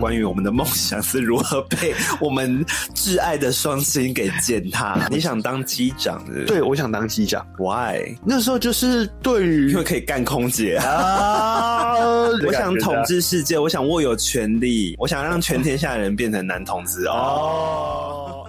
关于我们的梦想是如何被我们挚爱的双亲给践踏。你想当机长是不是？对，我想当机长。 ，Why？那时候就是对因于为可以干空姐啊。 啊，我我想统治世界，我想握有权力，我想让全天下人变成男同志啊哦。哦。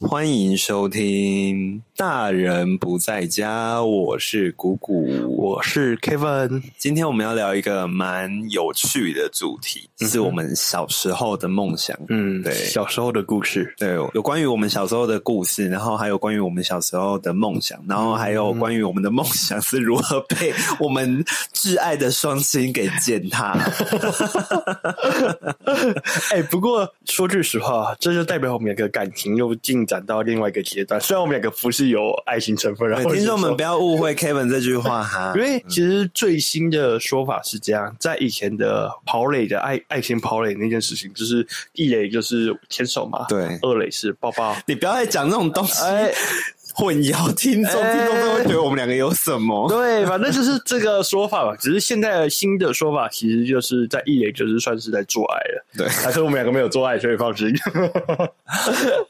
欢迎收听《大人不在家》，我是谷谷。我是 Kevin，今天我们要聊一个蛮有趣的主题，是我们小时候的梦想。嗯，对小时候的故事，对，有关于我们小时候的故事，然后还有关于我们小时候的梦想，然后还嗯有关于我们的梦想是如何被我们挚爱的双亲给践踏。 哎、不过说句实话，这就代表我们两个感情又进展到另外一个阶段。虽然我们两个不是有爱情成分，然后对听众们就不要误会 Kevin 这句话哈说，因，为其实最新的说法是这样，在以前的跑垒的爱爱情跑垒那件事情，就是一垒就是牵手嘛，，对。二垒是抱抱，你不要再讲这种东西，混淆听众，哎听众都会觉得我们两个有什么。 对，反正就是这个说法吧。只是现在的新的说法，其实就是在一垒就是算是在做爱了。 对但是我们两个没有做爱，所以放心。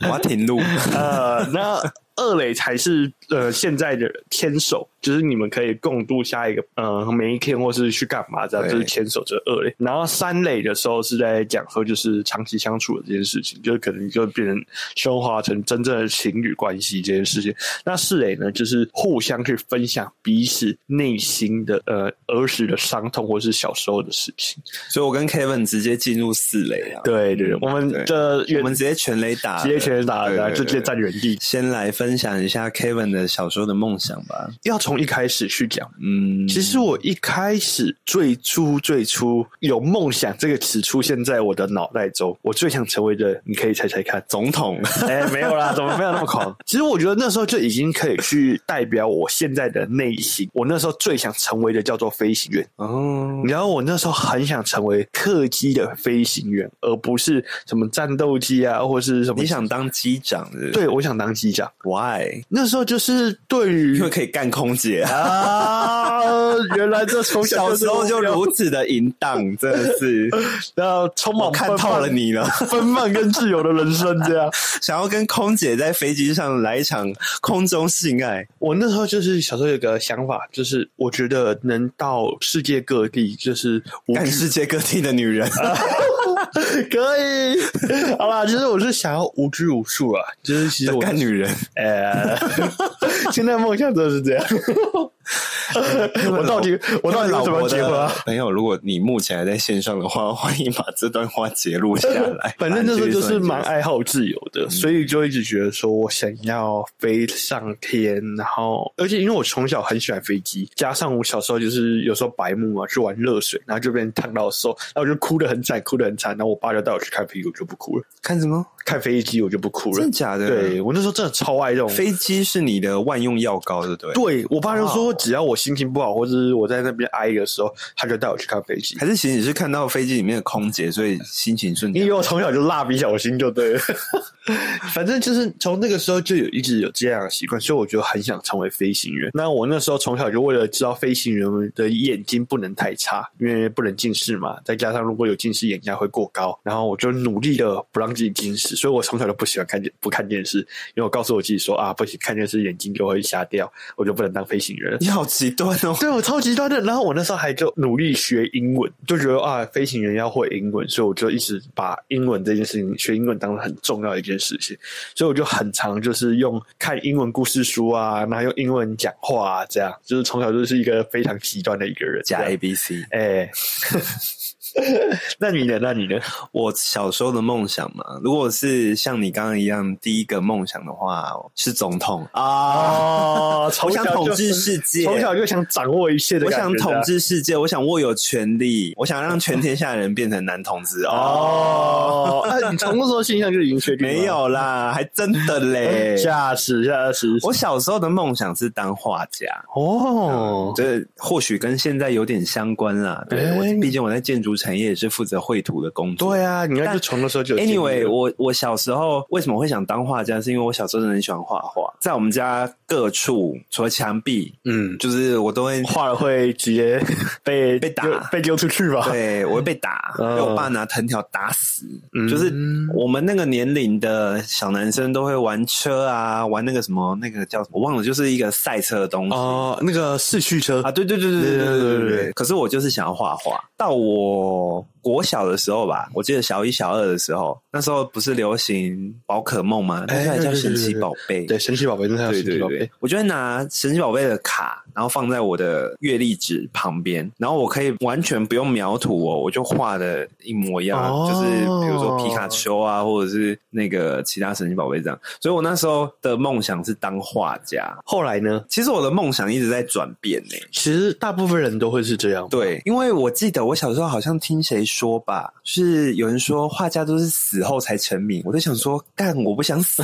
我要停录， 呃，那二垒才是呃现在的牵手，就是你们可以共度下一个呃每一天，或是去干嘛这样，对就是牵手这二垒。然后三垒的时候是在讲说就是长期相处的这件事情，就是可能就变成升华成真正的情侣关系这件事情。那四垒呢，就是互相去分享彼此内心的呃儿时的伤痛，或是小时候的事情。所以我跟 Kevin 直接进入四垒啊。对对，对我们对的我原们直接全垒打了，直接全打对了，对就直接对站原地。先来分享一下 Kevin 的小时候的梦想吧。要从一开始去讲嗯，。其实我一开始最初最初有梦想这个词出现在我的脑袋中，我最想成为的，你可以猜猜看 总统哎、没有啦，怎么没有那么狂？其实我觉得那时候就已经可以去代表我现在的内心。我那时候最想成为的叫做飞行员，哦，然后我那时候很想成为客机的飞行员，而不是什么战斗机啊，或是什么。你想当机长是不是对，我想当机长。 ？Why？那时候就是对于 因为可以干空姐啊。啊，原来这从小小就是时候就目标如此的淫荡， 真的是然后充满我看透了你了。 奔放、奔放跟自由的人生。这样，想要跟空姐在飞机上来一场空中性爱，我那时候就是小时候有个想法，就是我觉得能到世界各地，就是无干世界各地的女人。 啊可以。好啦，其实我是想要无拘无束啊，就是其实我干女人， 呃，现在梦想就是 这样。我到底我到底为老什么婆要结婚啊？？朋友，如果你目前还在线上的话，欢迎把这段话截录下来 。反正那时候就是蛮爱。爱好自由的，所以就一直觉得说我想要飞上天，然后而且因为我从小很喜欢飞机，加上我小时候就是有时候白目嘛，去玩热水，然后就被人烫到手，然后我就哭得很惨，哭得很惨，然后我爸就带我去看飞机，我就不哭了， 看什么？看飞机我就不哭真了的。假的？对，我那时候真的超爱这种。飞机是你的万用药膏，对不对？，对我爸就说，哇只要我心情不好，或者是我在那边哀的时候，他就带我去看飞机。还是其实你是看到飞机里面的空姐，所以心情瞬因间为我从小就蜡笔小新就对了， 反正就是从那个时候就有一直有这样的习惯，所以我就很想成为飞行员。那我那时候从小就为了知道飞行员们的眼睛不能太差，因为不能近视嘛，再加上如果有近视眼压会过高，然后我就努力的不让自己近视，所以我从小就不喜欢看电不看电视，因为我告诉我自己说啊，不行，看电视眼睛就会瞎掉，我就不能当飞行员了。你好极端哦。对我啊超级端的。然后我那时候还就努力学英文，就觉得啊，飞行员要会英文，所以我就一直把英文这件事情，学英文当成很重要的一件事情。所以我就很常就是用看英文故事书啊，然后用英文讲话啊，这样就是从小就是一个非常极端的一个人。假这样 A B C，哎， 那你呢？那你呢？我小时候的梦想嘛，如果是像你刚刚一样，第一个梦想的话是总统啊，哦，我从想小统就治世界，从小就想掌握一切的我感觉。想这统样治世界，我想握有权力，我想让全天下人变成男同志哦。 哦，那你从那时候形象就已经确定了啊吗。没有啦，还真的嘞 啊吓死吓死！我小时候的梦想是当画家，哦，这或许跟现在有点相关啦。对，我哎毕竟我在建筑产业也是负责绘图的工作。对啊，你看就从那时候就有经历了 Anyway，我我小时候为什么会想当画家，是因为我小时候真的很喜欢画画，在我们家各处物，除了墙壁，嗯，就是我都 会画了会直接 被被打丢被丢出去吧？对，我会被打，被嗯我爸拿藤条打死。嗯就是我们那个年龄的小男生都会玩车啊，玩那个什么，那个叫什么，我忘了，就是一个赛车的东西。哦，那个四驱车啊，对对对对对对对对对对对可是我就是想要画画。到我国小的时候吧，我记得小一、小二的时候，那时候不是流行宝可梦吗？那哎时候还叫神奇宝贝。对，神奇宝贝，那台对神对奇宝对贝，，我就会拿神奇宝贝的卡，然后放在我的月历纸旁边，然后我可以完全不用描图哦，我就画的一模一样，哦就是比如说皮卡丘啊，或者是那个其他神奇宝贝这样。所以我那时候的梦想是当画家。后来呢？其实我的梦想一直在转变欸呢、其实大部分人都会是这样，，对，因为我记得我小时候好像听谁说吧，是有人说画家都是死后才成名。我就想说，干，我不想死，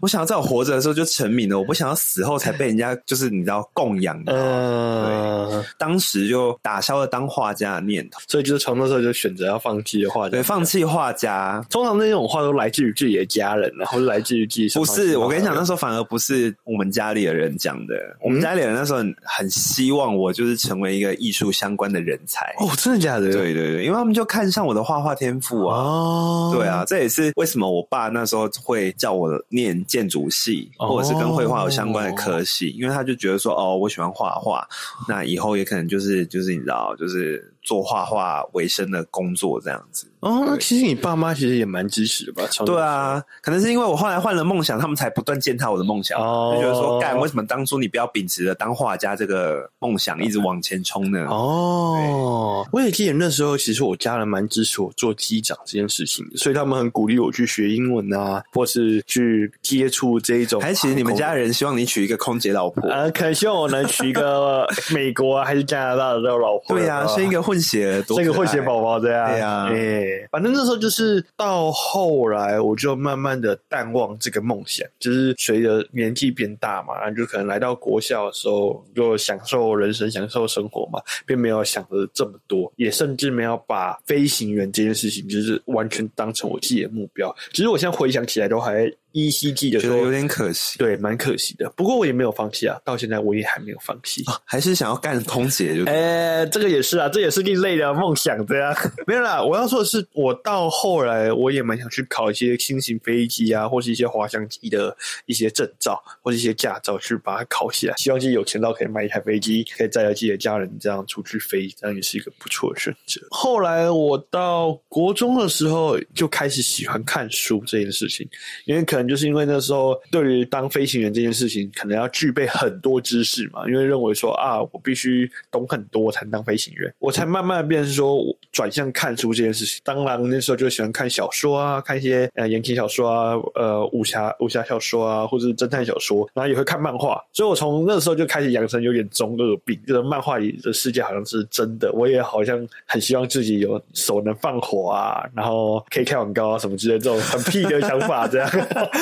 我想要在我活着的时候就成名了，我不想要死后才被人家就是你知道供养的。嗯，当时就打消了当画家的念头，所以就是从那时候就选择要放弃的话，对，放弃画家。通常那种话都来自于自己的家人，然后来自于自己身不旁亲是，朋我跟你好讲，友那时候反而不是我们家里的人讲的。我们家里的人那时候很很希望我就是成为一个艺术相关的人才。哦，真的假的？对对对，因为他们就看上我的画画天赋啊。哦，对啊，，这也是为什么我爸那时候会叫我念建筑系，哦或者是跟绘画有相关的科系，因为他就觉得说，哦，我喜欢画画，那以后也可能就是就是你知道，就是做画画为生的工作这样子。哦，那对其实你爸妈其实也蛮支持的吧？从对，啊，可能是因为我后来换了梦想，他们才不断践踏我的梦想，哦就觉得说，干，为什么当初你不要秉持着当画家这个梦想一直往前冲呢？哦，我也记得那时候，其实我家人蛮支持我做机长这件事情的，所以他们很鼓励我去学英文啊，或是去接触这一种航还空。其实你们家人希望你娶一个空姐老婆，啊，可能希望我能娶一个美国啊还是加拿大 的老婆。对呀、啊，生一个混血，多这个可混血爱宝宝这样，对啊哎、反正那时候就是到后来，我就慢慢的淡忘这个梦想，就是随着年纪变大嘛，然后就可能来到国校的时候，就享受人生、享受生活嘛，并没有想的这么多，也甚至没有把飞行员这件事情就是完全当成我自己的目标。其实我现在回想起来，都还依稀记得觉得有说。点可惜。对，蛮可惜的。不过我也没有放弃啊，到现在我也还没有放弃。还是想要干空姐就，哎、这个也是啊，这也是另类的梦想对啊。 没有啦，我要说的是，我到后来我也蛮想去考一些新型飞机啊，或是一些滑翔机的一些证照，或是一些驾照，去把它考起来。希望自己有钱到可以买一台飞机，可以载着自己的家人这样出去飞，这样也是一个不错的选择。后来我到国中的时候就开始喜欢看书这件事情，因为可能就是因为那时候对于当飞行员这件事情，可能要具备很多知识嘛，因为认为说啊，我必须懂很多才能当飞行员，我才慢慢地变成说我转向看书这件事情。当然那时候就喜欢看小说啊，看一些呃言情小说啊，呃武侠武侠小说啊，或者是侦探小说，然后也会看漫画，所以我从那时候就开始养成有点中二病，就是漫画里的世界好像是真的，我也好像很希望自己有手能放火啊，然后可以开广告啊什么之类的这种很屁的想法，这样。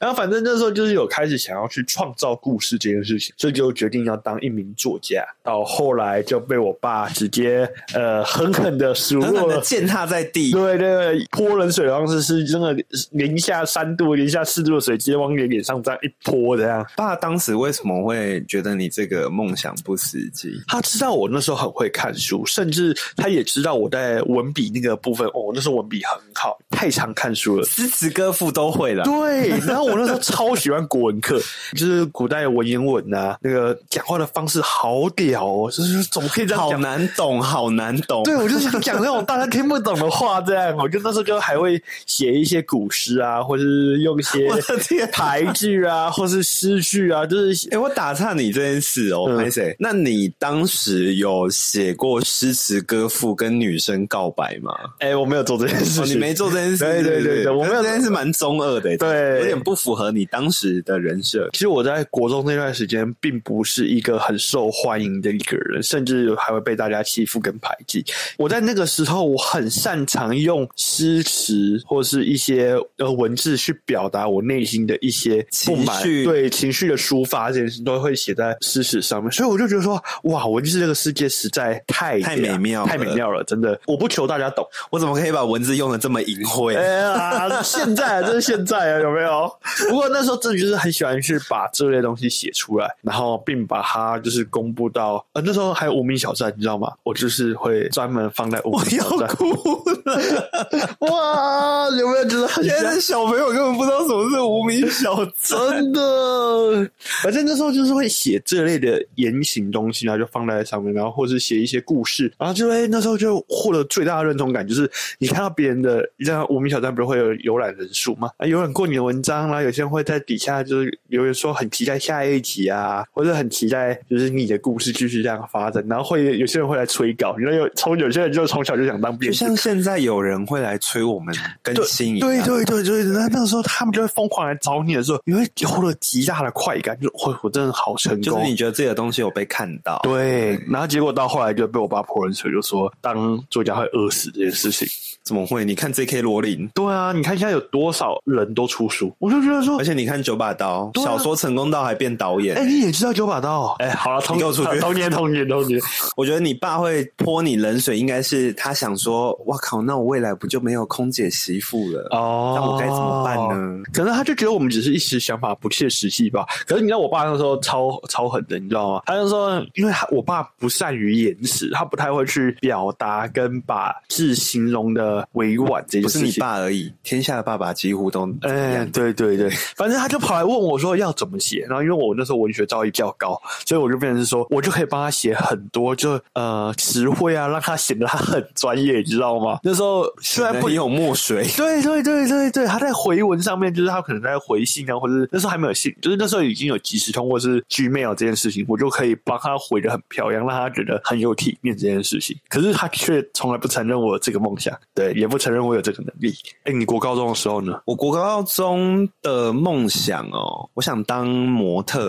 然后反正那时候就是有开始想要去创造故事这件事情，所以就决定要当一名作家。到后来就被我爸直接呃狠狠的数狠狠落的了。践踏在地。对对对，泼冷水的方式是真的零下三度、零下四度的水直接往你脸上这样一泼，这样。爸当时为什么会觉得你这个梦想不实际？他知道我那时候很会看书，甚至他也知道我在文笔那个部分，哦，那时候文笔很好，太常看书了。诗词歌赋都会了，对，然后我那时候超喜欢国文课，就是古代文言文啊，那个讲话的方式好屌哦，就是怎么可以这样好讲？难懂，好难懂。对，我就想讲那种大家听不懂的话，这样。哦我就那时候就还会写一些古诗啊，或是用一些 我的天排句啊，或是诗句啊，就是哎、我打岔你这件事哦，嗯拍、谁？那你当时有写过诗词歌赋跟女生告白吗？哎、我没有做这件事哦，你情。没做这件事，对对对对我没有这件事蛮中二的，对有点不符合你当时的人设。其实我在国中那段时间，并不是一个很受欢迎的一个人，甚至还会被大家欺负跟排挤。我在那个时候，我很擅长用诗词或是一些呃文字去表达我内心的一些不满，情绪对情绪的抒发这件事都会写在诗词上面。所以我就觉得说，哇，文字这个世界实在太太美妙了太美妙了，真的，我不求大家懂。我怎么可以把文字用的这么淫秽？ 哎呀，现在真是现在啊，有没有？ 不过那时候真的就是很喜欢去把这类东西写出来，然后并把它就是公布到呃那时候还有无名小站，你知道吗？我就是会专门放在无名我要小站。哭了！ 哇，有没有就是很现像在小朋友根本不知道什么是无名小站。真的，反正那时候就是会写这类的言行东西，然后就放在上面，然后或是写一些故事，然后就会那时候就获得最大的认同感，就是你看到别人的，像无名小站不是会有浏览人数嘛，啊，浏览过你的文章啦，有些人会在底下就是留言说很期待下一集啊，或者很期待就是你的故事继续这样发展，然后会有些人会来催稿，因为有从有些人就从小就想 当就编剧。像现在有人会来催我们更新一样，对对对对，那那个时候他们就会疯狂来找你的时候，你会获得极大的快感，就我我真的好成功。就是你觉得自己的东西有被看到，对，然后结果到后来就被我爸泼冷水，就说当作家会饿死这件事情。怎么会？你看 J.K. 罗琳，对啊，你看现在有多少人都出书，我就觉得说而，且你看九把刀，对啊小说成功到还变导演哎、。你也知道九把刀，哎、好 了，同你给我出去同年同年同年，我觉得你爸会泼你冷水，应该是他想说：“哇靠，那我未来不就没有空姐媳妇了？哦那我该怎么办呢？”可能他就觉得我们只是一时想法不切实际吧。可是你知道我爸那时候超超狠的，你知道吗？他就说，因为他我爸不善于言辞，他不太会去表达跟把事形容的委婉这不件是事你情。爸嗯而已，天下的爸爸几乎都这哎、样。对对对，反正他就跑来问我说要怎么写，然后因为我那时候文学造诣较高，所以我就变成是说我就可以帮他写很多，就呃词汇啊，让他显得他很专业，你知道吗？那时候虽然不哎不有墨水，对对对对对，他在回文上面，就是他可能在回信啊，或者是那时候还没有信，就是那时候已经有即时通或是 Gmail 这件事情，我就可以帮他回的很漂亮，让他觉得很有体面这件事情。可是他却从来不承认我有这个梦想，对，也不承认我有这个能力。哎，你国高中的时候呢？我国高中的梦想哦，我想当模特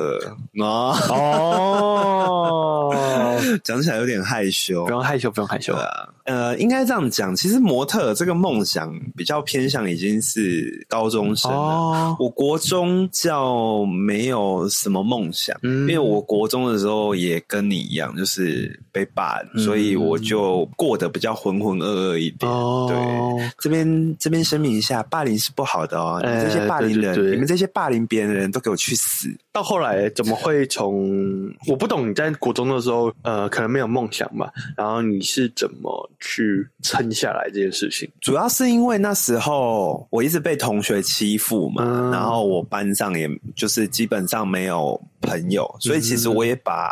儿啊， 哦， 讲起来有点害羞不。用害羞，不用害羞。呃，应该这样讲，其实模特儿这个梦想比较偏向已经是高中生了。哦，我国中较没有什么梦想，嗯因为我国中的时候也跟你一样，就是被霸凌，嗯所以我就过得比较浑浑噩噩一点。哦，对。这边这边声明一下，霸凌是不好的哦！你们这些呃霸凌人，对对对你们这些霸凌别人的人都给我去死！到后来怎么会从我不懂你在国中的时候，呃，可能没有梦想嘛，然后你是怎么去撑下来这件事情？主要是因为那时候我一直被同学欺负嘛，嗯然后我班上也就是基本上没有朋友，嗯所以其实我也把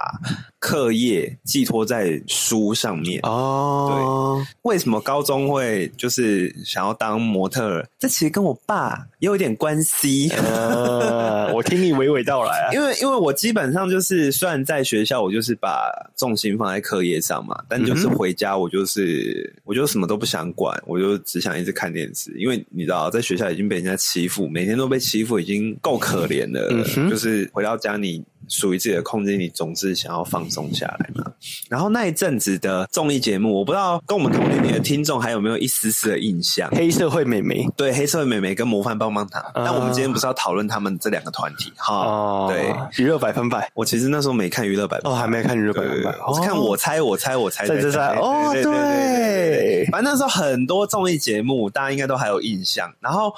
课业寄托在书上面。哦，为什么高中会就是想要当模特儿？这其实跟我爸也有一点关系。呃，我听你娓娓道来 啊。因为因为我基本上就是，虽然在学校我就是把重心放在课业上嘛，但就是嗯哼回家我就是、我就什么都不想管，我就只想一直看电视。因为你知道，在学校已经被人家欺负，每天都被欺负，已经够可怜了。嗯哼就是回到家你。属于自己的空间，你总是想要放松下来嘛。然后那一阵子的综艺节目，我不知道跟我们同龄的听众还有没有一丝丝的印象。黑社会美眉对，黑社会美眉跟模范棒棒糖，但我们今天不啊是要讨论他们这两个团体哈？哦，对，娱乐百分百我其实那时候没看娱乐百分哦，百，还没看娱乐哦百对分对百对，，我是看我猜我猜我猜在在在哦，对对，反正那时候很多综艺节目，大家应该都还有印象。然后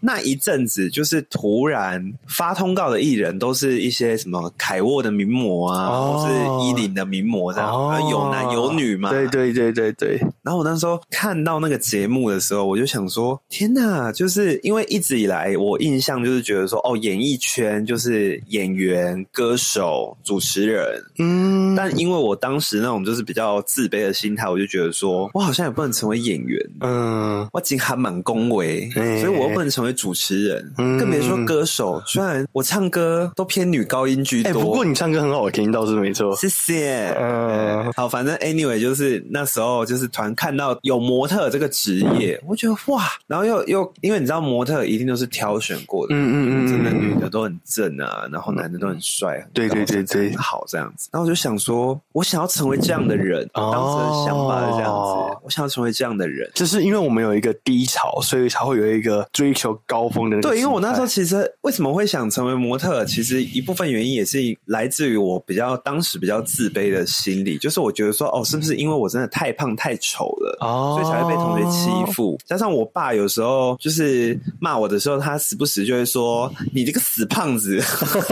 那一阵子，就是突然发通告的艺人，都是一些什么凯沃的名模啊，哦或是依林的名模这样，哦呃有男有女嘛。对对对对对，然后我那时候看到那个节目的时候，我就想说：天呐！就是因为一直以来我印象就是觉得说，哦，演艺圈就是演员、歌手、主持人。嗯，但因为我当时那种就是比较自卑的心态，我就觉得说，我好像也不能成为演员，嗯，我仅还蛮恭维，哎所以我又不能成为主持人，嗯更别说歌手。虽然我唱歌都偏女高音居多，哎，不过你唱歌很好听，倒是没错，谢谢。嗯，好，反正 anyway 就是那时候就是突然看到有模特这个职业，我觉得哇，然后又又因为你知道模特一定都是挑选过的，嗯嗯嗯嗯真的嗯女的都很正啊，然后男的都很帅，很高对对对对身材好这样子。然后我就想说，我想要成为这样的人，哦当时的想法是这样子哦，我想要成为这样的人。就是因为我们有一个低潮，所以才会有一个追求高峰的那个对，因为我心态那时候其实为什么会想成为模特，其实一部分原因也是来自于我比较当时比较自卑的心理，就是我觉得说，哦，是不是因为我真的太胖太丑丑了。哦所以才会被同学欺负，加上我爸有时候就是骂我的时候，他时不时就会说：“你这个死胖 子。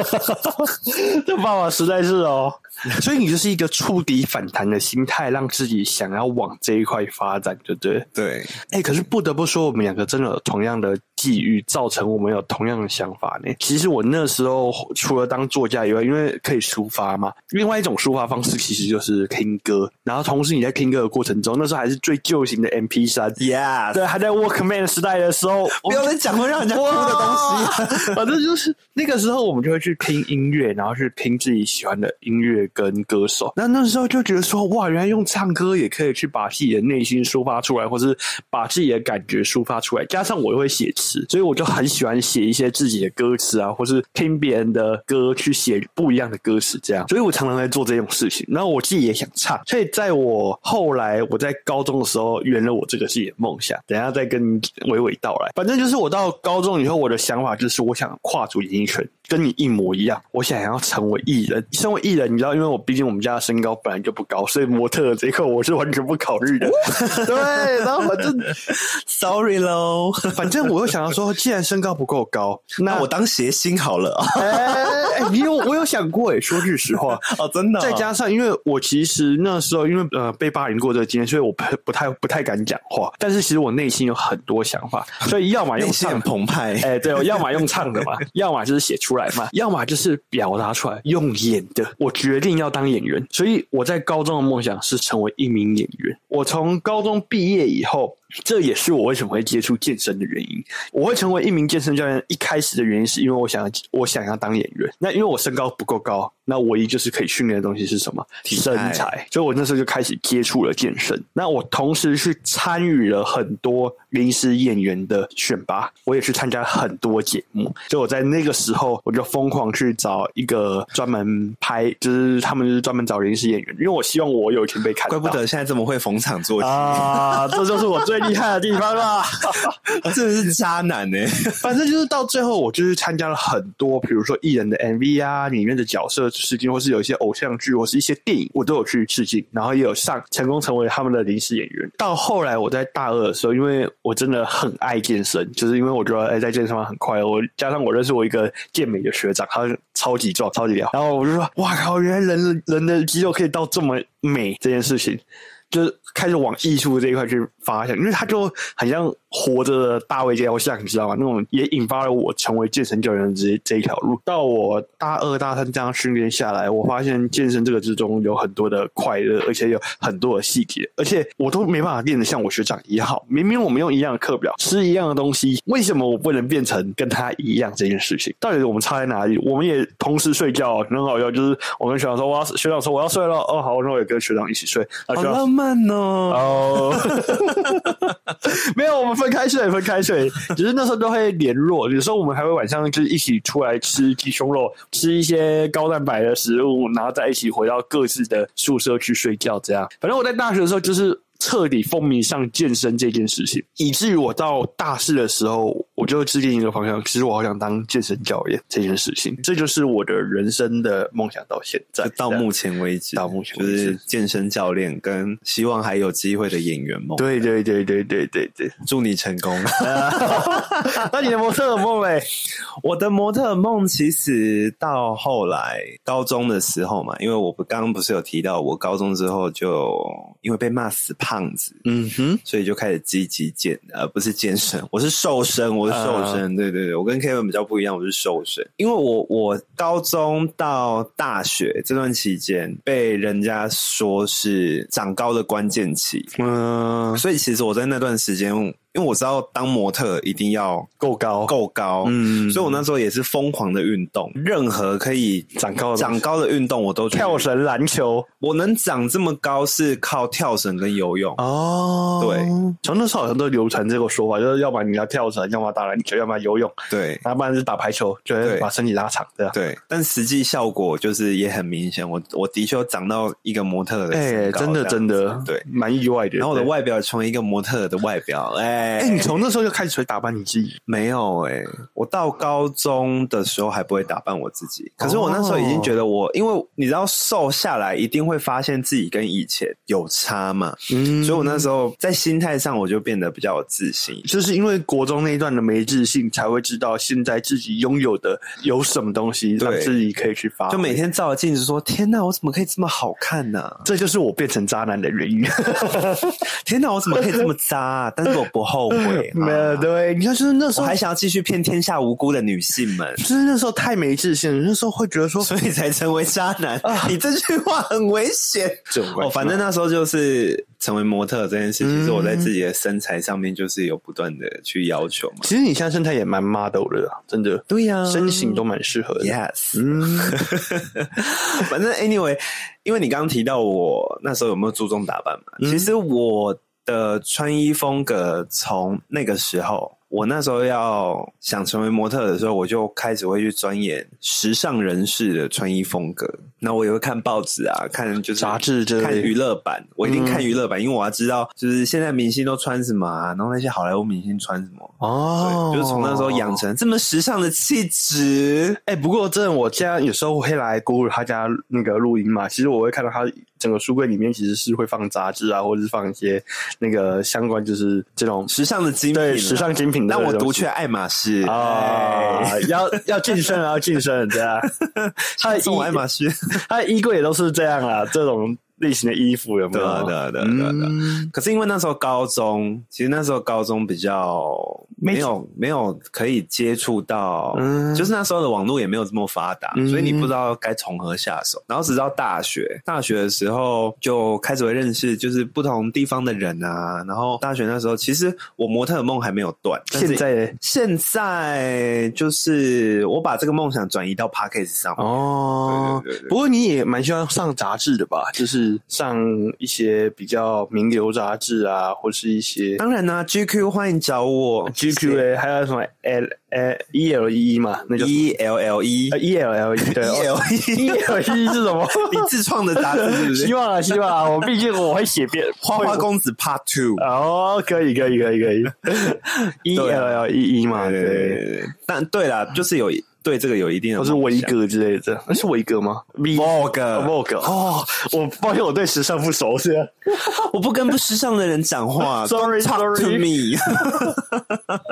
负。这爸爸实在是哦，所以你就是一个触底反弹的心态，让自己想要往这一块发展，对不对？”对，哎、可是不得不说，我们两个真的有同样的际遇，造成我们有同样的想法呢。其实我那时候除了当作家以外，因为可以抒发嘛，另外一种抒发方式其实就是听歌。然后同时你在听歌的过程中，那时候还是最旧型的 MP 三， Yeah， 对，还在 Walkman 时代的时候， 不要再讲会让人家哭的东西。 啊反正就是那个时候，我们就会去听音乐，然后去听自己喜欢的音乐跟歌手。那那时候就觉得说，哇，原来用唱歌也可以去把自己的内心抒发出来，或是把自己的感觉抒发出来。加上我又会写词，所以我就很喜欢写一些自己的歌词啊，或是听别人的歌去写不一样的歌词，这样。所以我常常在做这种事情。然后我自己也想唱，所以在我后来我在高中的时候圆了我这个自己的梦想。等一下再跟你娓娓道来。反正就是我到高中以后，我的想法就是我想跨足演艺圈，跟你一模一样。我想要成为艺人。身为艺人，你知道，因为我毕竟我们家的身高本来就不高，所以模特儿这一块我是完全不考虑的。对，然后反正 Sorry 喽，反正我又想要说，既然身高不够高，那那我我当谐星好了。哎哎、你有我有想过哎，说句实话，哦，真的哦、 再加上，因为我其实那时候因为呃被霸凌过这个经验，所以我不不太不太敢讲话。但是其实我内心有很多想 法，所以要么用内心很，唱澎湃。哎、对、哦，要么用 唱的嘛，要么就是写出来嘛，要么就是表达出来用演的。我决定要当演员，所以我在高中的梦想是成为一名演员。我从高中毕业以后。这也是我为什么会接触健身的原因。我会成为一名健身教练，一开始的原因是因为我想要我想要当演员。那因为我身高不够高，那唯一就是可以训练的东西是什么？体态身材。所以我那时候就开始接触了健身。那我同时去参与了很多临时演员的选拔，我也去参加很多节目。所以我在那个时候，我就疯狂去找一个专门拍，就是他们就是专门找临时演员，因为我希望我有一天被 看怪到。不得现在这么会逢场作戏，啊，这就是我最厉害的地方啦！ 真的是渣男欸呢、反正就是到最后，我就是参加了很多，比如说艺人的 MV 啊，里面的角色试镜，或是有一些偶像剧，或是一些电影，我都有去试镜，然后也有上成功成为他们的临时演员。到后来我在大二的时候，因为我真的很爱健身，就是因为我觉得哎、在健身房很快乐，我加上我认识我一个健美的学长，他超级壮，超级屌，然后我就说哇靠，原来人人的肌肉可以到这么美这件事情。就是开始往艺术这一块去发展，因为他就很像活着的大卫雕像，你知道吗？那种也引发了我成为健身教练的这这一条路。到我大二、大三这样训练下来，我发现健身这个之中有很多的快乐，而且有很多的细节，而且我都没办法练得像我学长一样好。明明我们用一样的课表，吃一样的东西，为什么我不能变成跟他一样这件事情？到底我们差在哪里？我们也同时睡觉，很好笑，就是我跟学长说我要学长说我要睡了，哦好，那我也跟学长一起睡，啊好学长浪漫哦！ 哦，没有，我们分开睡，分开睡，只是那时候都会联络，有时候我们还会晚上就是一起出来吃鸡胸肉，吃一些高蛋白的食物，然后再一起回到各自的宿舍去睡觉，这样。反正我在大学的时候就是。彻底风靡上健身这件事情，以至于我到大四的时候，我就制定一个方向，其实我好想当健身教练这件事情，这就是我的人生的梦想到现在 就。到这样目前为止，啊到目前为止就是健身教练跟希望还有机会的演员梦。，对对对对对对 对，祝你成功。那你的模特有梦嘞？我的模特梦其实到后来高中的时候嘛，因为我不刚刚不是有提到，我高中之后就因为被骂死胖子，嗯哼，所以就开始积极健，呃，不是健身，我是瘦身，我是瘦身，对对对，我跟 Kevin 比较不一样，我是瘦身，因为我我高中到大学这段期间被人家说是长高的关键期，嗯，所以其实我在那段时间，因为我知道当模特一定要够高，，够高，嗯，所以我那时候也是疯狂的运动，任何可以长高的东长西高的运动我都觉得跳，绳、篮球，我能长这么高是靠跳绳跟游泳。哦对，从那时候好像都流传这个说法，就是要不然你要跳绳，要么打篮球，要么游泳，对要不然就是打排球，就会对把身体拉长，对吧？对，但实际效果就是也很明显，我我的确有长到一个模特的身哎，高真的这样真的，对。蛮意外的。然后我的对外表从一个模特的外表，哎、哎、哎、你从那时候就开始会打扮你自己，没有哎、我到高中的时候还不会打扮我自己，可是我那时候已哦经觉得我，因为你知道瘦下来一定会发现自己跟以前有差嘛，嗯所以我那时候在心态上我就变得比较有自信一点。就是因为国中那一段的没自信，才会知道现在自己拥有的有什么东西，对让自己可以去发挥。就每天照镜子说：“天哪，我怎么可以这么好看呢、这就是我变成渣男的原因。啊天哪，我怎么可以这么渣、啊？”但是我不后 悔、 没有，啊，对，你看，就是那时我候还，想要继续骗天下无辜的女性们， 就是那时候太没自信了，那时候会觉得说，所以才成为渣男。你这句话很危险。这种关哦，系反正那时候就是成为模特这件事，嗯其实我在自己的身材上面就是有不断的去要求嘛。其实你现在身材也蛮 model 的啦，真的，对呀身形都蛮适合的。嗯 yes。嗯， 反正 anyway，因为你刚刚提到我那时候有没有注重打扮嘛，嗯其实我的穿衣风格从那个时候。我那时候要想成为模特的时候，我就开始会去钻研时尚人士的穿衣风格。那我也会看报纸啊，看就是杂志之类嗯看娱乐版，我一定看娱乐版，因为我要知道就是现在明星都穿什么啊，然后那些好莱坞明星穿什么，哦对，就是从那时候养。成这么时尚的气质。哎、不过真的，我家有时候会来姑姑他家那个录音嘛，其实我会看到他整个书柜里面其实是会放杂志啊，或者是放一些那个相关就是这种时尚的精品啊，对时尚精品的让东西。我独缺爱马仕啊、哎要要晋 升啊，要晋升，对啊，他的送我爱马衣仕，他的衣柜也都是这样啊，这种类型的衣服有没对啊有？对啊对啊对啊对啊。嗯，可是因为那时候高中，其实那时候高中比较没有没有可以接触到，嗯就是那时候的网络也没有这么发达，嗯所以你不知道该从何下手。然后直到大学，大学的时候就开始会认识就是不同地方的人啊。然后大学那时候，其实我模特的梦还没有断，但是现在呢现在就是我把这个梦想转移到 p a c k a g e 上面哦对对对对，不过你也蛮喜欢上杂志的吧？就是上一些比较名流杂志啊，或是一些当然啦、g q 欢迎找我 GQ 谢啊，还有什么 L 呃 ELE 嘛，那谢叫 E L L E 呃 ELE 对 E L E， ELE 是什么？你自创的杂志 是不 希是？望啊，希望啊，我毕竟我会写别花花。 公子 Part Two，哦，可以，可以，可以，可以 ，E 对 L 啊 L E E 嘛，对对对，对对，但对啦，就是有对这个有一定的或梦是想，维格之类的，那是维格吗？V Vogue， Vogue 哦，我抱歉，我对时尚不熟，是啊哦我不跟不时尚的人讲话 don't Sorry，talk to sorry me，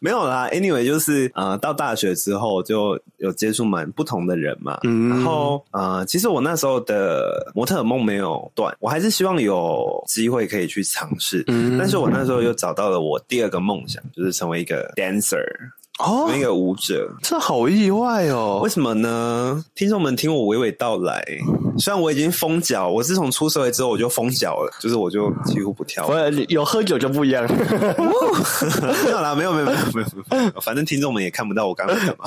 没有啦，anyway 就是呃，到大学之后就有接触蛮不同的人嘛，嗯然后呃，其实我那时候的模特儿梦没有断，我还是希望有机会可以去尝试。嗯但是我那时候又找到了我第二个梦想，就是成为一个 dancer，哦成为一个舞者。这好意外哦为！什么呢？听众们听我娓娓道来。虽然我已经封脚，我自从出社会之后我就封脚了，就是我就几乎不跳舞。我有喝酒就不一样，没有啦，没有没有没有没有没有，反正听众们也看不到我刚刚在干嘛。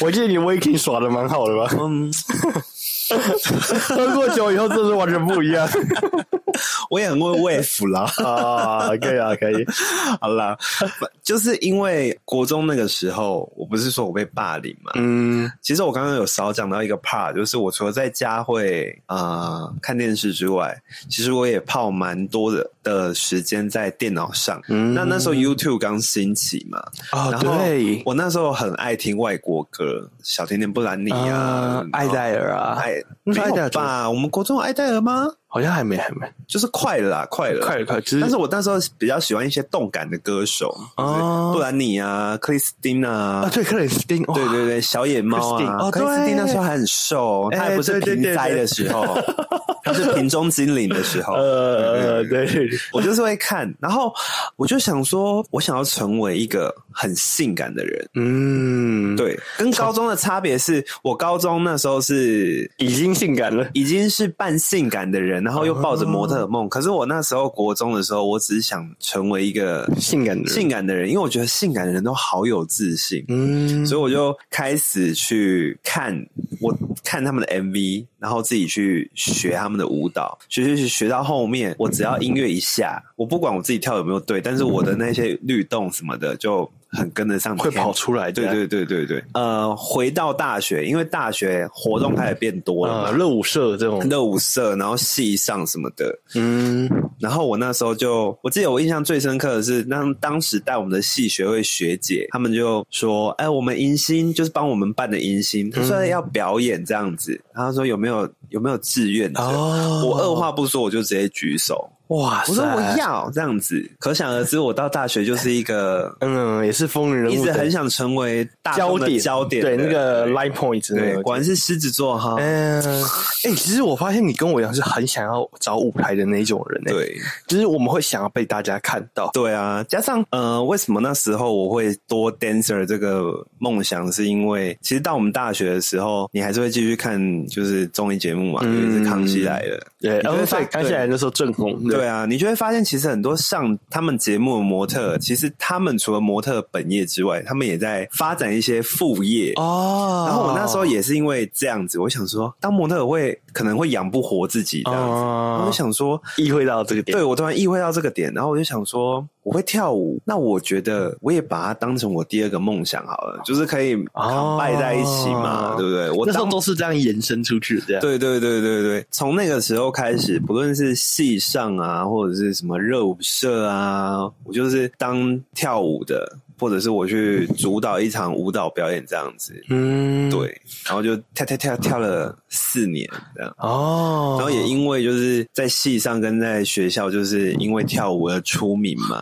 我记得你 Waking 耍的蛮好的吧？嗯，喝过酒以后，真是完全不一 样 我也很会 wave 啦。啊！可以啊，可以，好啦，就是因为国中那个时候，我不是说我被霸凌嘛。嗯其实我刚刚有少讲到一个 part，就是我除了在家会呃嗯看电视之外，其实我也泡蛮多的的时间在电脑上。嗯那那时候 YouTube 刚兴起嘛，啊然后对，我那时候很爱听外国歌，小甜甜布兰妮啊啊，，艾戴尔然后啊，艾没那是艾戴有尔吧？我们国中有艾戴尔吗？好像还没，还没，就是快了啦，快了，快了，快了，只但是我那时候比较喜欢一些动感的歌手，哦就是布兰妮啊、克里斯汀啊，啊，对，克里斯汀，哇对对对，小野猫 Christine，啊，哦克里斯汀对那时候还很瘦，哎他还不是对对瓶对塞对的时候，他是瓶中精灵的时候。 呃，对对对，我就是会看，然后我就想说，我想要成为一个很性感的人。嗯，，对，跟高中的差别是我高中那时候是已经性感了，已经是半性感的人，然后又抱着模特儿啊梦。可是我那时候国中的时候，我只是想成为一个性感的，性，感的人，因为我觉得性感的人都好有自信，嗯，所以我就开始去看我看他们的 MV，然后自己去学他们的舞蹈，学学学学到后面，我只要音乐一下，我不管我自己跳有没有对，但是我的那些律动什么的就。很跟得上，会跑。出来，对对对对对，呃，回到大学，因为大学活动开始变多了呃，嘛，热舞社这种，热舞社，然后系上什么的，嗯，然后我那时候就，我记得我印象最深刻的是，那当时带我们的系学会学姐，他们就说：“哎，我们迎新就是帮我们办的迎新，她嗯说要表演这样子。然后她说有没有有没有志愿者？哦我二话不说，我就直接举手，哇塞，我说我，要这样子。可想而知，我到大学就是一个嗯，也是风云 人一物直的很想成为大焦众的点焦点的对人，那个 line point 那对，个果然是狮子座哈。嗯，哎、其实我发现你跟我一样是很想要找舞台的那一种人、欸，，对，就是我们会想要被大家看到，对啊，加上呃，为什么那时候我会多 dancer 这个梦想，是因为其实到我们大学的时候，你还是会继续看就是综艺节目嘛，嗯尤其是康熙来了。对，你然会后发对，刚起来那时候正红，对，啊，你就会发现，其实很多上他们节目的模特，其实他们除了模特本业之外，他们也在发展一些副业。哦，然后我那时候也是因为这样子，我想说，当模特会可能会养不活自己这样子，然后我哦就，想说，意会到这个点，对我突然意会到这个点，然后我就想说，我会跳舞，那我觉嗯得我也把它当成我第二个梦想好了，就是可以哦拜在一起嘛，对不对？我那时候当都是这样延伸出去的，这样，对对对对对，从那个时候开始，不论是戏上啊，或者是什么热舞社啊，我就是当跳舞的，或者是我去主导一场舞蹈表演这样子。嗯，，对，然后就跳跳跳跳了四年这样。哦，然后也因为就是在系上跟在学校，就是因为跳舞而出名嘛，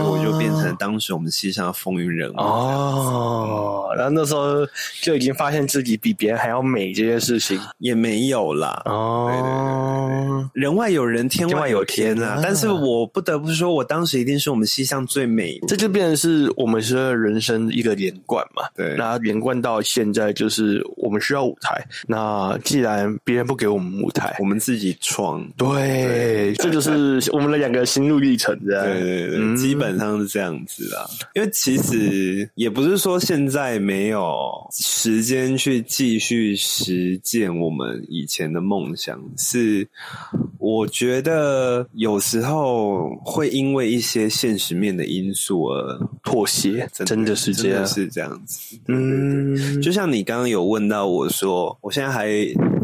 所以我就变成当时我们系上的风云人物。哦，然后那时候就已经发现自己比别人还要美这件事情，也没有啦，哦，人外有人，天外有天天外有天啊啊！但是我不得不说，我当时一定是我们系上最美。这就变成是我们是人生一个连贯嘛。对那连贯到现在，就是我们需要舞台。那既然别人不给我们舞台我，们自己创。对，这就是我们的两个心路历程，这样。对对对，嗯基本上是这样子啦。因为其实也不是说现在没有时间去继续实践我们以前的梦想，是我觉得有时候会因为一些现实面的因素而妥协，真的是这真样的。是这样子。嗯，就像你刚刚有问到我说，我现在还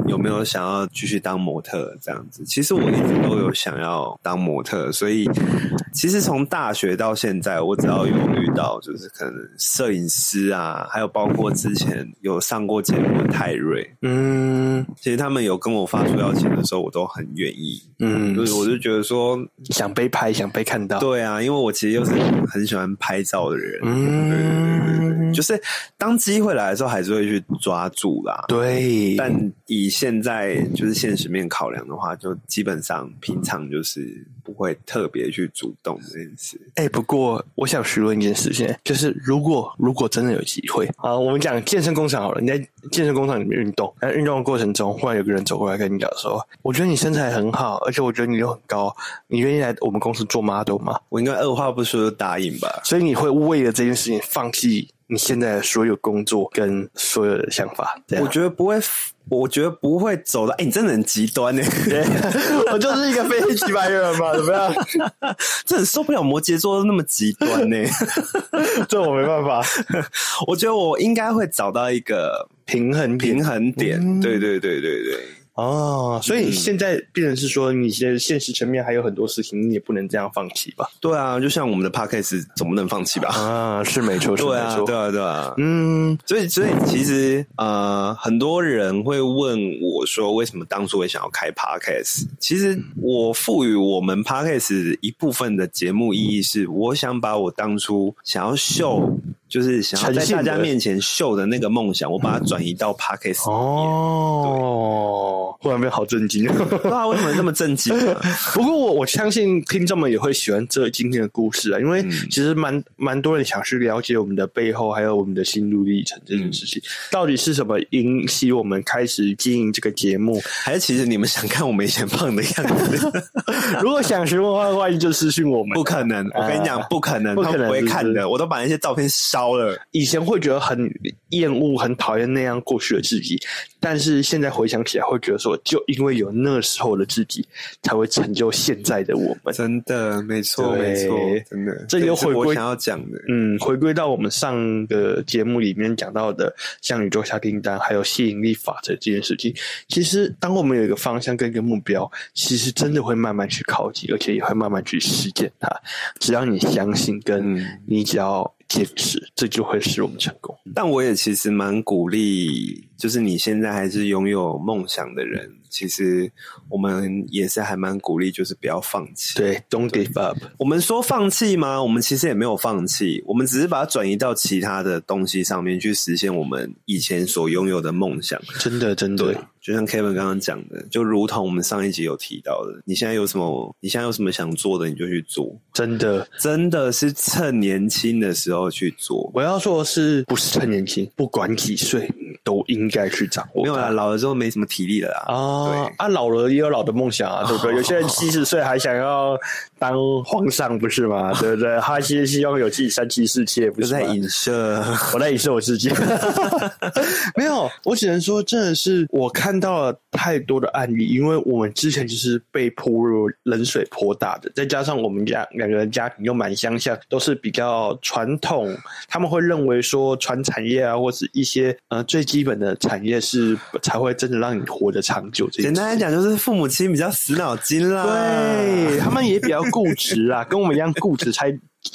有没有想要继续当模特这样子？其实我一直都有想要当模特，所以其实从大学到现在，我只要有遇到就是可能摄影师啊，还有包括之前有上过节目的泰瑞，嗯其实他们有跟我发出邀请的时候，我都很愿意。就嗯，是我就觉得说，想被拍，想被看到。对啊，因为我其实又是很喜欢拍照的人，对对对对对，嗯，就是当机会来的时候，还是会去抓住啦。对，但以现在就是现实面考量的话，就基本上平常就是不会特别去主动这件事。哎、不过我想询问一件事情，就是如果如果真的有机会啊，我们讲健身工厂好了，你在健身工厂里面运动，在运动的过程中，忽然有个人走过来跟你讲说：“我觉得你身材很好，而且我觉得你又很高，你愿意来我们公司做 model 吗我应该二话不说就答应吧？”？所以你会为了这件事情放弃你现在的所有工作跟所有的想法？这样我觉得不会，我觉得不会走到。哎、你真的很极端欸呢、啊我 就是一个非黑即白的人嘛，怎么样？ 真的很受不了摩羯座那么极端 呢、 这我没办法，我觉得我应该会找到一个平衡点平衡点。嗯对对对对对。哦，所以嗯现在变成是说，你现现实层面还有很多事情，你也不能这样放弃吧？对啊，就像我们的 podcast 总不能放弃吧？啊，是没错，对啊，对啊，对啊。嗯所以，所以其实呃，很多人会问我说，为什么当初我想要开 podcast？其实嗯我赋予我们 podcast 一部分的节目意义是，我想把我当初想要秀，就是想要在呈现大的家面前秀的那个梦想，我把它转移到 podcast 里面。哦，忽然变好震惊。不知道为什么那么震惊啊、 不过我我相信听众们也会喜欢这今天的故事啊，因为嗯其实蛮蛮多人想去了解我们的背后，还有我们的心路历程这件事情，到底是什么引起我们开始经营这个节目？还是其实你们想看我们以前胖的样 子？如果想询问的话，欢迎就私信我们不。可能！我跟你讲啊，不可能，不可他们能不会看是不的。我都把那些照片烧了。以前会觉得很厌恶、很讨厌那样过去的自己，但是现在回想起来，会觉得说，所，就因为有那时候的自己，才会成就现在的我们。真的，没错，对没错，真的，这又是回归我想要讲的。嗯，回归到我们上个节目里面讲到的，像宇宙下订单，还有吸引力法则这件事情，其实当我们有一个方向跟一个目标，其实真的会慢慢去靠近，而且也会慢慢去实践它。只要你相信，跟嗯你只要坚持，这就会使我们成功。但我也其实蛮鼓励，就是你现在还是拥有梦想的人，其实我们也是还蛮鼓励，就是不要放弃。，对，Don't give up。我们说放弃吗？我们其实也没有放弃，我们只是把它转移到其他的东西上面去实现我们以前所拥有的梦想。真的，真的对，，就像 Kevin 刚刚讲的，就如同我们上一集有提到的，你现在有什么，你现在有什么想做的，你就去做，真的。真的是趁年轻的时候去做。我要说的是，不是趁年轻，不管几岁，都应该去掌握没它。有啦，老了之后没什么体力了啦。啊对啊，老了也有老的梦想 啊，对不对？有些人七十岁还想要当皇上，不是吗？对不对？他其实希望有自己三妻四妾，不就是吗在影射， 我在影射我自己，没有，我只能说，真的是我看到了太多的案例，因为我们之前就是被泼入冷水泼大的，再加上我们家两个人家庭又蛮相像，都是比较传统，他们会认为说传产业啊，或是一些呃最基本的产业是才会真的让你活得长久这件简事单来讲就是父母亲比较死脑筋啦。 对他们也比较固执啊， 跟我们一样固执，才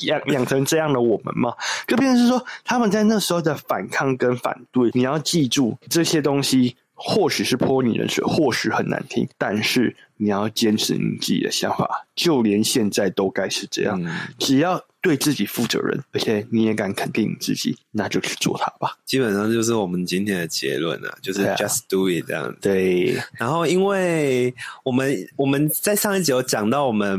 养养成这样的我们嘛。就变成是说，他们在那时候的反抗跟反对，你要记住这些东西，或许是泼你冷水，或许很难听，但是你要坚持你自己的想法，就连现在都该是这样。嗯，只要对自己负责任，而且你也敢肯定你自己，那就去做它吧。基本上就是我们今天的结论啊，就是对啊 just do it 这样子。对，然后，因为我们我们在上一集有讲到，我们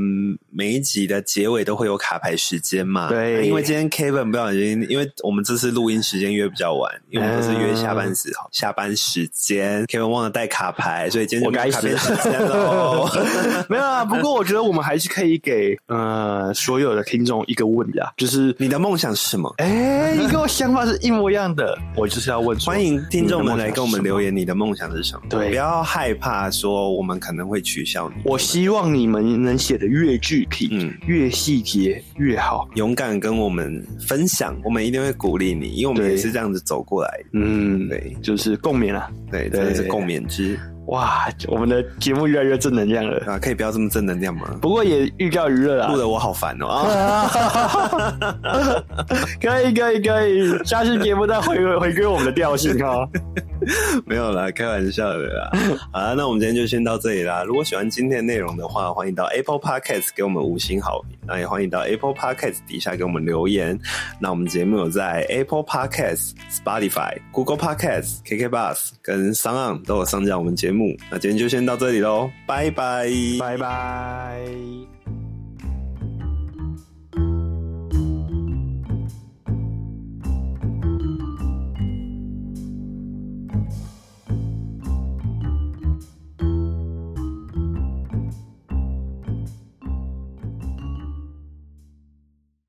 每一集的结尾都会有卡牌时间嘛。对因为今天 Kevin 不小心，因为我们这次录音时间约比较晚，因为我们都是约下嗯班时、下班时间，Kevin 忘了带卡牌，所以今天就我该没有卡死片时间喽。 没有啊，不过我觉得我们还是可以给呃所有的听众一个问题啊，就是你的梦想是什么？哎、你跟我想法是一模一样的，我就是要问说，欢迎听众们来跟我们留言，你的梦想是什么？对不要害怕说我们可能会取笑你。我希望你们能写的越具体、嗯越细节越好。勇敢跟我们分享，我们一定会鼓励你，因为我们对也是这样子走过来的。嗯，对就是共鸣啊！对，对真的是共勉之哇，我们的节目越来越正能量了。啊！可以不要这么正能量吗？不过也预告娱乐啦 录，的我好烦哦啊！可以可以可以，下次节目再回归回归我们的调性哈。没有啦，开玩笑的啦。好啦，那我们今天就先到这里啦。如果喜欢今天的内容的话，欢迎到 Apple Podcast 给我们五星好评，那也欢迎到 Apple Podcast 底下给我们留言。那我们节目有在 Apple Podcast、Spotify、Google Podcast、KK Bus 跟 s o n 都有上架我们节目。那今天就先到这里喽，拜拜，拜拜。